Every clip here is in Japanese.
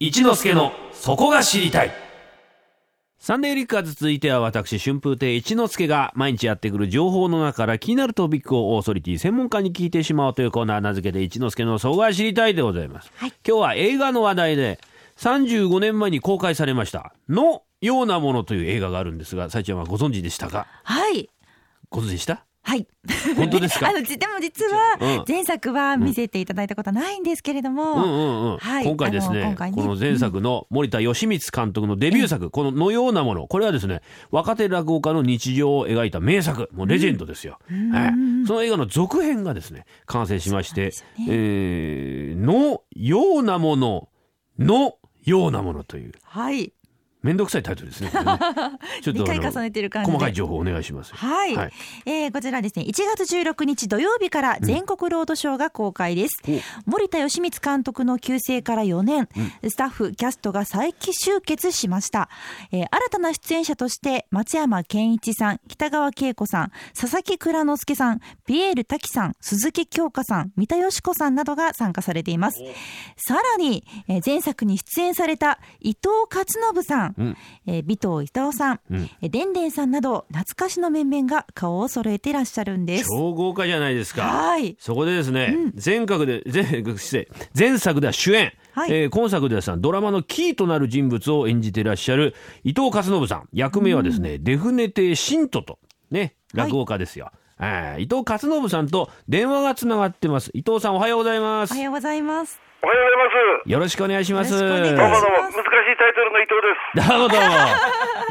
一之助のそこが知りたいサンデーリッカーズ続いては私春風亭一之輔が毎日やってくる情報の中から気になるトピックをオーソリティ専門家に聞いてしまおうというコーナー名付けて一之輔のそこが知りたいでございます、今日は映画の話題で35年前に公開されましたのようなものという映画があるんですがさえちゃんはご存知でしたかはい。ご存知でしたはい。本当ですか あの、じでも実うんは、前作は見せていただいたことはないんですけれども、うんうんうんはい今回ですあのね今回ねこの前作の森田義満監督のデビュー作、この「のようなもの」これはですね若手落語家の日常を描いた名作もうレジェンドですよ、はい、その映画の続編がですね完成しましてそう「なんですよねえーのようなもの」のようなものというはい。めんどくさいタイトルですねこ れねちょっ2とあ回の重ねてる感じで。細かい情報お願いします。はい、はいえーこちらですね1月16日土曜日から全国ロードショーが公開です、お森田義満監督の急逝から4年、スタッフキャストが再起集結しました、えー新たな出演者として松山ケンイチさん北川景子さん佐々木蔵之介さんピエール滝さん鈴木京香さん三田佳子さんなどが参加されていますさらに、えー前作に出演された伊藤勝信さん、うんえー尾藤伊藤さん、んえーでんでんさんなど懐かしの面々が顔を揃えていらっしゃるんです。超豪華じゃないですか。はいそこでですね、前作で前失礼前作では主演、はいえー今作ではさドラマのキーとなる人物を演じていらっしゃる伊藤勝信さん役名はですね、デフネテ信徒とねはい落語家ですよ。えー伊藤勝信さんと電話がつながってます。伊藤さんおはようございまおす。はようございます。おはようございます。よろしくお願いします。よろしくお願いしどうまもすどうも、難しいタイトルの伊藤です。なるほど。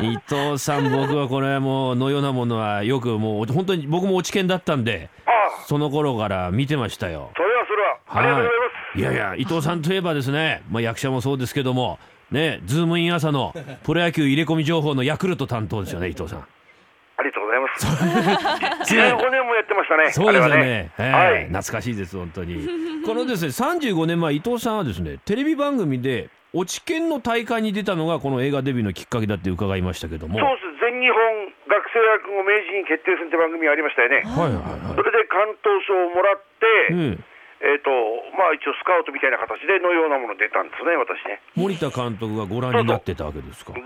伊藤さん、僕はこれもうのようなものはよくもう本当に僕も落ち見だったんで、ああ、その頃から見てましたよ。それはそれは、ありがとうございます。いやいや伊藤さんといえばですね、まあ、役者もそうですけどもねズームイン朝 のプロ野球入れ込み情報のヤクルト担当ですよね伊藤さん。ありがとうございま す。そう1年5年もやってましたね。そうですよね。あれははいねはい。懐かしいです本当に。このですね35年前伊藤さんはですねテレビ番組で落ち研の大会に出たのがこの映画デビューのきっかけだって伺いましたけども。そうです。全日本学生落語名人決定戦って番組ありましたよね。はいはいはいそ。れで関東賞をもらっうて、ん、えっと、まあ一応スカウトみたいな形でのようなもの出たんですね、私ね。森田監督がご覧になってたわけですか。第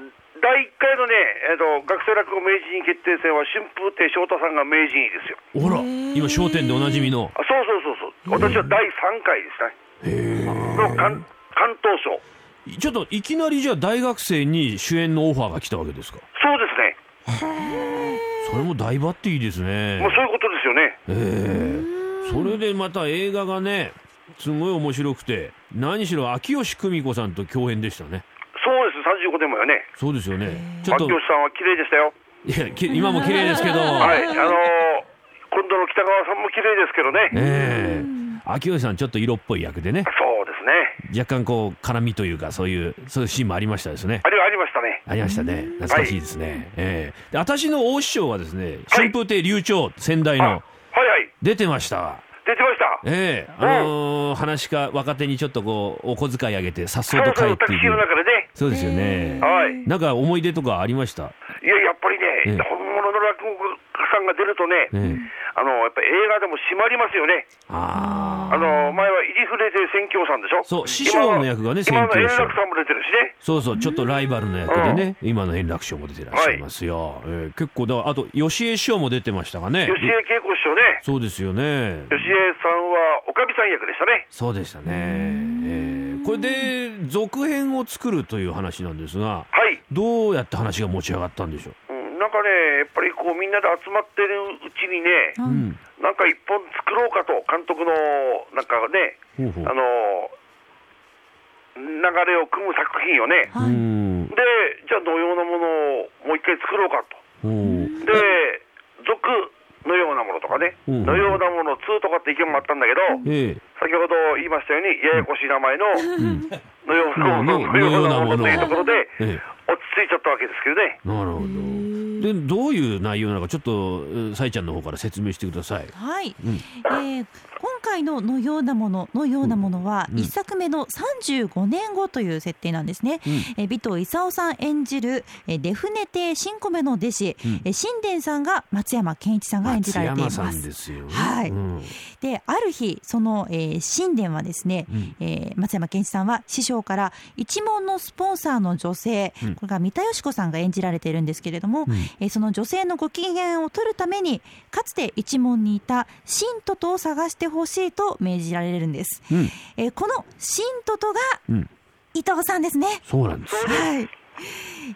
1回のね、えっと、学生落語名人決定戦は春風亭昇太さんが名人位ですよ。ほら今『笑点』でおなじみのあそうそうそうそう、私は第3回ですね、の関関東賞、ちょっといきなりじゃあ大学生に主演のオファーが来たわけですか。そうですね、それも大抜擢ですねもう。そういうことですよね、それでまた映画がね、すごい面白くて、何しろ秋吉久美子さんと共演でしたね。そうです、35年もよね、そうですよね。ちょっ秋と吉さんは綺麗でしたよ、いやき今も綺麗ですけど、 はい、あのー今度の北川さんも綺麗ですけどね、ええ秋吉さんちょっと色っぽい役でね、そうですね、若干こう絡みというかそういうそういうシーンもありましたですね。あれはありましたね、ありましたね。懐かしいですね。ええで私の大師匠はですね、はい春風亭流暢先代あのはいはい、出てましたわ。出てました、ええあのー話か若手にちょっとこうお小遣いあげてさっそそううと帰そう、ってタクいシーのく中でね、そうですよね、はい、なんか思い出とかありましたいや、やっぱりええね、本物の落語家さんが出るとね、ええあのやっぱり映画でも締まりますよね。あああの前は入りふれて宣教さんでしょそう師匠の役がね今は宣教今師の円楽さんも出てるしねそうそうちょっとライバルの役でね、今の円楽師匠も出てらっしゃいますよ、ええ結構だあと吉江師匠も出てましたかね吉江恵子師匠ねそうですよね吉江さんはおかみさん役でしたねそうでしたね、ええこれで続編を作るという話なんですがはい、どうやって話が持ち上がったんでしょううん、なんかねやっぱりこうみんなで集まってるうちにねうんなんか一本作ろうかと監督のなんかねほうほうあの流れを組む作品をねはうい。んでじゃあ同様なものをもう一回作ろうかとほうで続のようなものとかね、うんのようなもの2とかって意見もあったんだけど、ええ先ほど言いましたように、ややこしい名前の、のよううな、んののよよううなもなのものというところで、ええ落ち着いちゃったわけですけどね。なるほど。でどういう内容なのかちょっとえーさいちゃんの方から説明してください。はい、えー今回ののようなもののようなものは、うん一作目の35年後という設定なんですね。えー尾藤勲さん演じる、えーデフネ亭新米の弟子、うんえー新殿さんが松山ケンイチさんが演じられています。松山さんですよね。はいうんである日その、えー神殿はですね、うんえー松山ケンイチさんは師匠から一門のスポンサーの女性、うんこれが三田佳子さんが演じられているんですけれどうも、んえーその女性のご機嫌を取るためにかつて一門にいた信徒とを探してほしいと命じられるんです、うんえーこの信徒とがうん伊藤さんですねそうなんですよ。はい、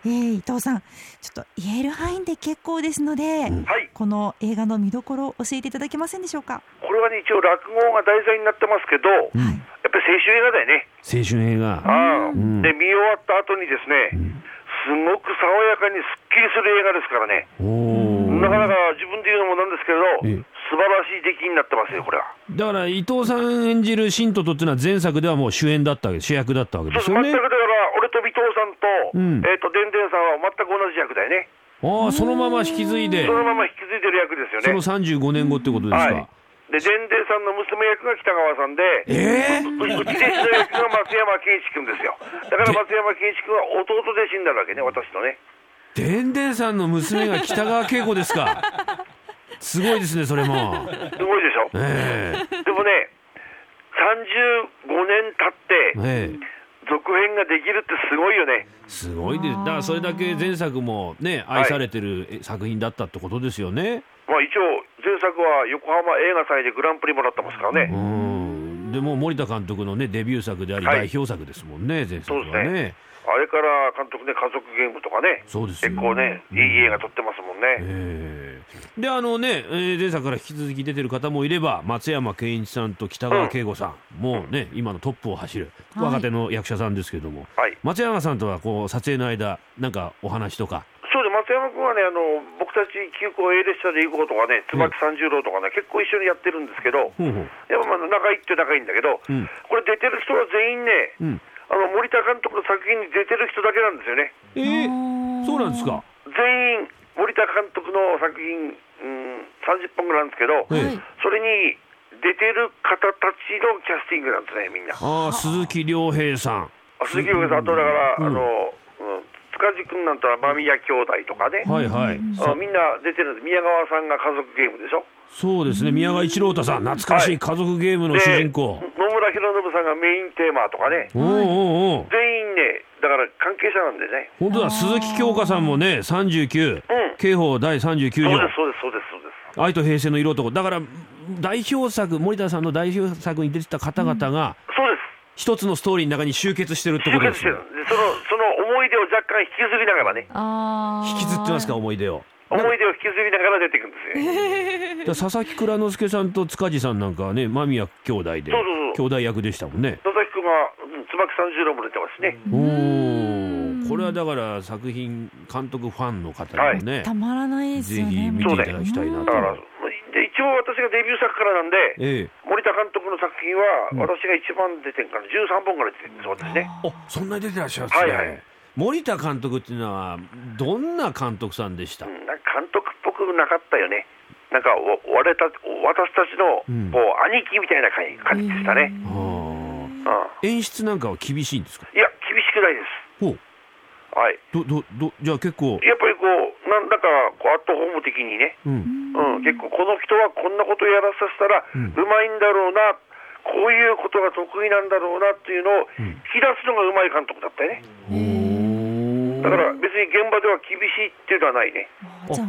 えー伊藤さんちょっと言える範囲で結構ですので、うんはい、この映画の見どころを教えていただけませんでしょうかこれはね、一応落語が題材になってますけど、やっうんぱり青春映画だよね。青春映画。ああうんで、見終わった後にですね、すごく爽やかにすっきりする映画ですからね。おお。なかなか自分で言うのもなんですけれええど、素晴らしい出来になってますよ、これは。だから伊藤さん演じる信徒とっていうのは前作ではもう主演だったわけ主役だったわけでそすうそうよ全ねく。だから、俺と尾藤さんと、うんえっ、と、でんでんさんは全く同じ役だよね。ああそのまま引き継いでそのまま引き継いでる役ですよそねの。35年後ってことですはいか。。で、でんでんさんの娘役が北川さんで、ええううち弟子の役が松山ケンイチ君ですよ。だから松山ケンイチ君は弟弟子になるわけね、私とね。でんでんさんの娘が北川景子ですか。すごいですねそれも。すごいで しょ。えでもね、35年経えって、ええ。続編ができるってすごいよね。すごいです。だからそれだけ前作もねい愛されてる作品だったってことですよね。まあ一応、前作は横浜映画祭でグランプリもらってますからね。うん。でもう森田監督のねデビュー作でありは代い表作ですもんね前作そうはですねね。あれから監督ね、家族ゲームとかね、そうですよ結構ね、いい映画撮ってますもんね。ええであのね、えー前作から引き続き出てる方もいれば松山ケンイチさんと北川景子さん、もうね今のトップを走るはい若手の役者さんですけども、はい松山さんとはこう撮影の間なんかお話とかそうで、松山君はね、あの僕たち急行 A 列車で行こうとかね、椿三十郎とかね、結構一緒にやってるんですけほうど、ほうやっぱまあ仲いいって仲いいんだけうど、んこれ出てる人は全う員ね、んあの森田監督の作品に出てる人だけなんですよね。ええーそうなんですか全員、森田監督の作品、うん、30本ぐらいなんですけど、ええはいそれに出てる方たちのキャスティングなんですね、みんな。ああ鈴木亮平さんあ鈴木亮平さん、あとだから、うんあの、うん、塚地君なんとは間宮兄弟とかね、はいはい、あさみんな出てるんです、宮川さんが家族ゲームでしょ、そうですね宮川一郎太さん懐かしい家族ゲームので主人公、野村弘信さんがメインテーマとかね、おうおうおう全員ね、だから関係者なんでね、本当だ鈴木京香さんもね39うん刑法第39そう条です、そうです、そうです、そうです。愛と平成の色男だから代表作森田さんの代表作に出てた方々がそうです一つのストーリーの中に集結してるって集ことで結すしてよるでそのその思い出を若干引きずりながらね、あー引きずってますか思い出を思い出を引きずりながら出てくるんですよね。だから佐々木蔵之介さんと塚地さんなんかはね間宮兄弟でそうそう兄弟役でしたもんね佐々木君は、うん、椿三十郎も出てますね、おーこれはだから作品監督ファンの方にもね、たまらないですぜよひね。見ていただきたいなだとから、で一応私がデビュー作からなんで、ええ森田監督の作品は、私が一番出てるから、13本ぐらい出てるんですよ、私ね。あそんなに出てらっしゃるんではいはい森田監督っていうのはどんな監督さんでした、うんなんか監督っぽくなかったよね、なんかお我た私たちのうんこう兄貴みたいな感じ感じでしたね、ああうん演出なんかは厳しいんですかいや、厳しくないです。ほうはい、どどどじゃあ結構、やっぱりこう、なんだかこうアットホーム的にね、うん、うん、結構この人はこんなことやらさせたらうまいんだろうな、こういうことが得意なんだろうなっていうのをん引き出すのがうまい監督だったよね、おだかーら別に現場では厳しいっていうのはないね、あーじゃあ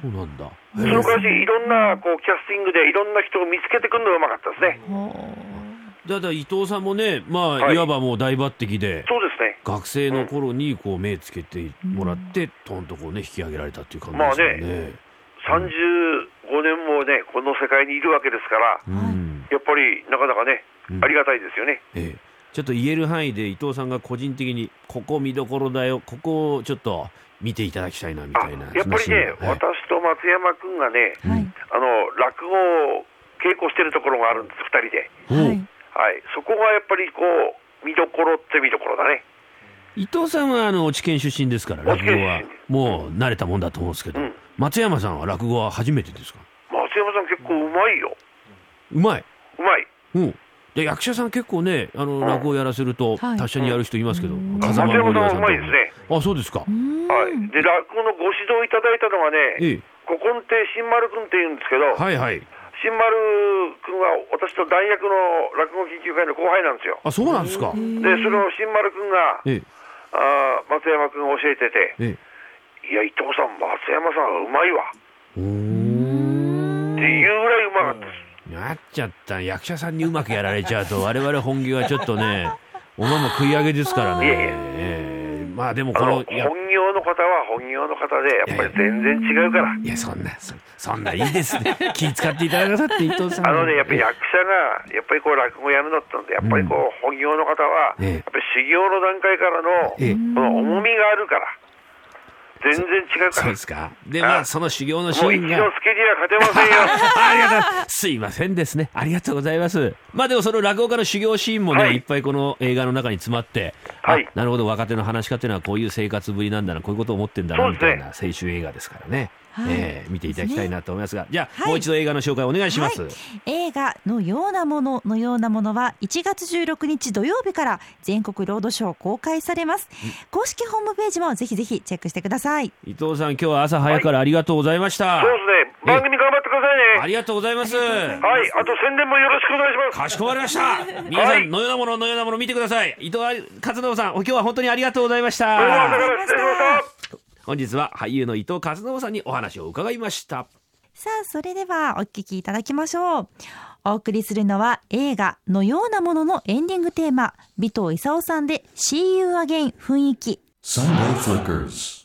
そうなんだその代わりいろんなこうキャスティングでいろんな人を見つけてくるのがうまかったですね、ほだだ伊藤さんもねまあ、、はいいわばもう大抜擢でそうですね、学生の頃にこう目つけてもらって、トンとこうね引き上げられたっていう感じまであすよね,、ね35年もね、この世界にいるわけですから、うんやっぱりなかなかねう、んありがたいですよね。ええ、ちょっと言える範囲で伊藤さんが個人的にここ見どころだよここをちょっと見ていただきたいなみあたいなやっぱ話りね、を私と松山君がね、うはいあの落語を稽古してるところがあるんです、2人で、はいはいはい、そこがやっぱりこう見どころって見どころだね、伊藤さんはあの落研出身ですから落落研語はもう慣れたもんだと思うんですけど、うん松山さんは落語は初めてですか松山さん、結構うまいよ、うまいうまい、うんで役者さん結構ねあのん落語やらせるとはい達者にやる人いますけど、うん風間松山さんはとかうまいですあそうですか、うんはい、で落語のご指導いただいたのはね、ええ古今亭新丸君っていうんですけど、はいはい新丸君は私と大学の落語研究会の後輩なんですよ。あそうなんですか、で、それを新丸君が、ええあー松山君が教えてて、えいや、伊藤さん、松山さんはうまいわえおーっていうぐらいうまかったです。なっちゃった役者さんにうまくやられちゃうと我々本業はちょっとね おまんま食い上げですからねいえいえええまあでもあこのの本いや業の方は本業の方で、やっぱり全然違うから。いやそんなそそんないいです ね気使っていただかなって伊藤さんあのね、やっぱり役者が、やっぱりこう落語やるんだったので、やっぱりこう、本業の方は、ええやっぱり修行の段階からの、こええの重みがあるから、全然違うかそうらで、すかでまあその修行のシもう一ーンが度スケジュールは勝てませんよ。 ありがとうございます。すいませんですね。ありがとうございます。まあでもその落語家の修行シーンもね、はいい、っぱいこの映画の中に詰まって、あはいなるほど、若手の話し家っていうのはこういう生活ぶりなんだな、こういうことを思ってんだな、そうみですねたいな青春映画ですからね。はいええ見ていただきたいなと思いますが、じゃあ、はいもう一度映画の紹介お願いします。はい映画のようなもののようなものは1月16日土曜日から全国ロードショー公開されます公式ホームページもぜひぜひチェックしてください伊藤さん、今日は朝早くからありがとうございました。そうですね、番組頑張ってくださあいね。りがとうございます。はい、あと宣伝もよろしくお願いします。かしこまりました。皆さん、のようなもの、のようなもの見てください。伊藤勝信さん、今日は本当にありがとうございました。どうも朝から失礼しました。本日は俳優の伊藤和信さんにお話を伺いましたさあ、それではお聞きいただきましょう。お送りするのは映画のようなもののエンディングテーマ、尾藤勲さんで See You Again 雰囲気。 Sunday Flickers.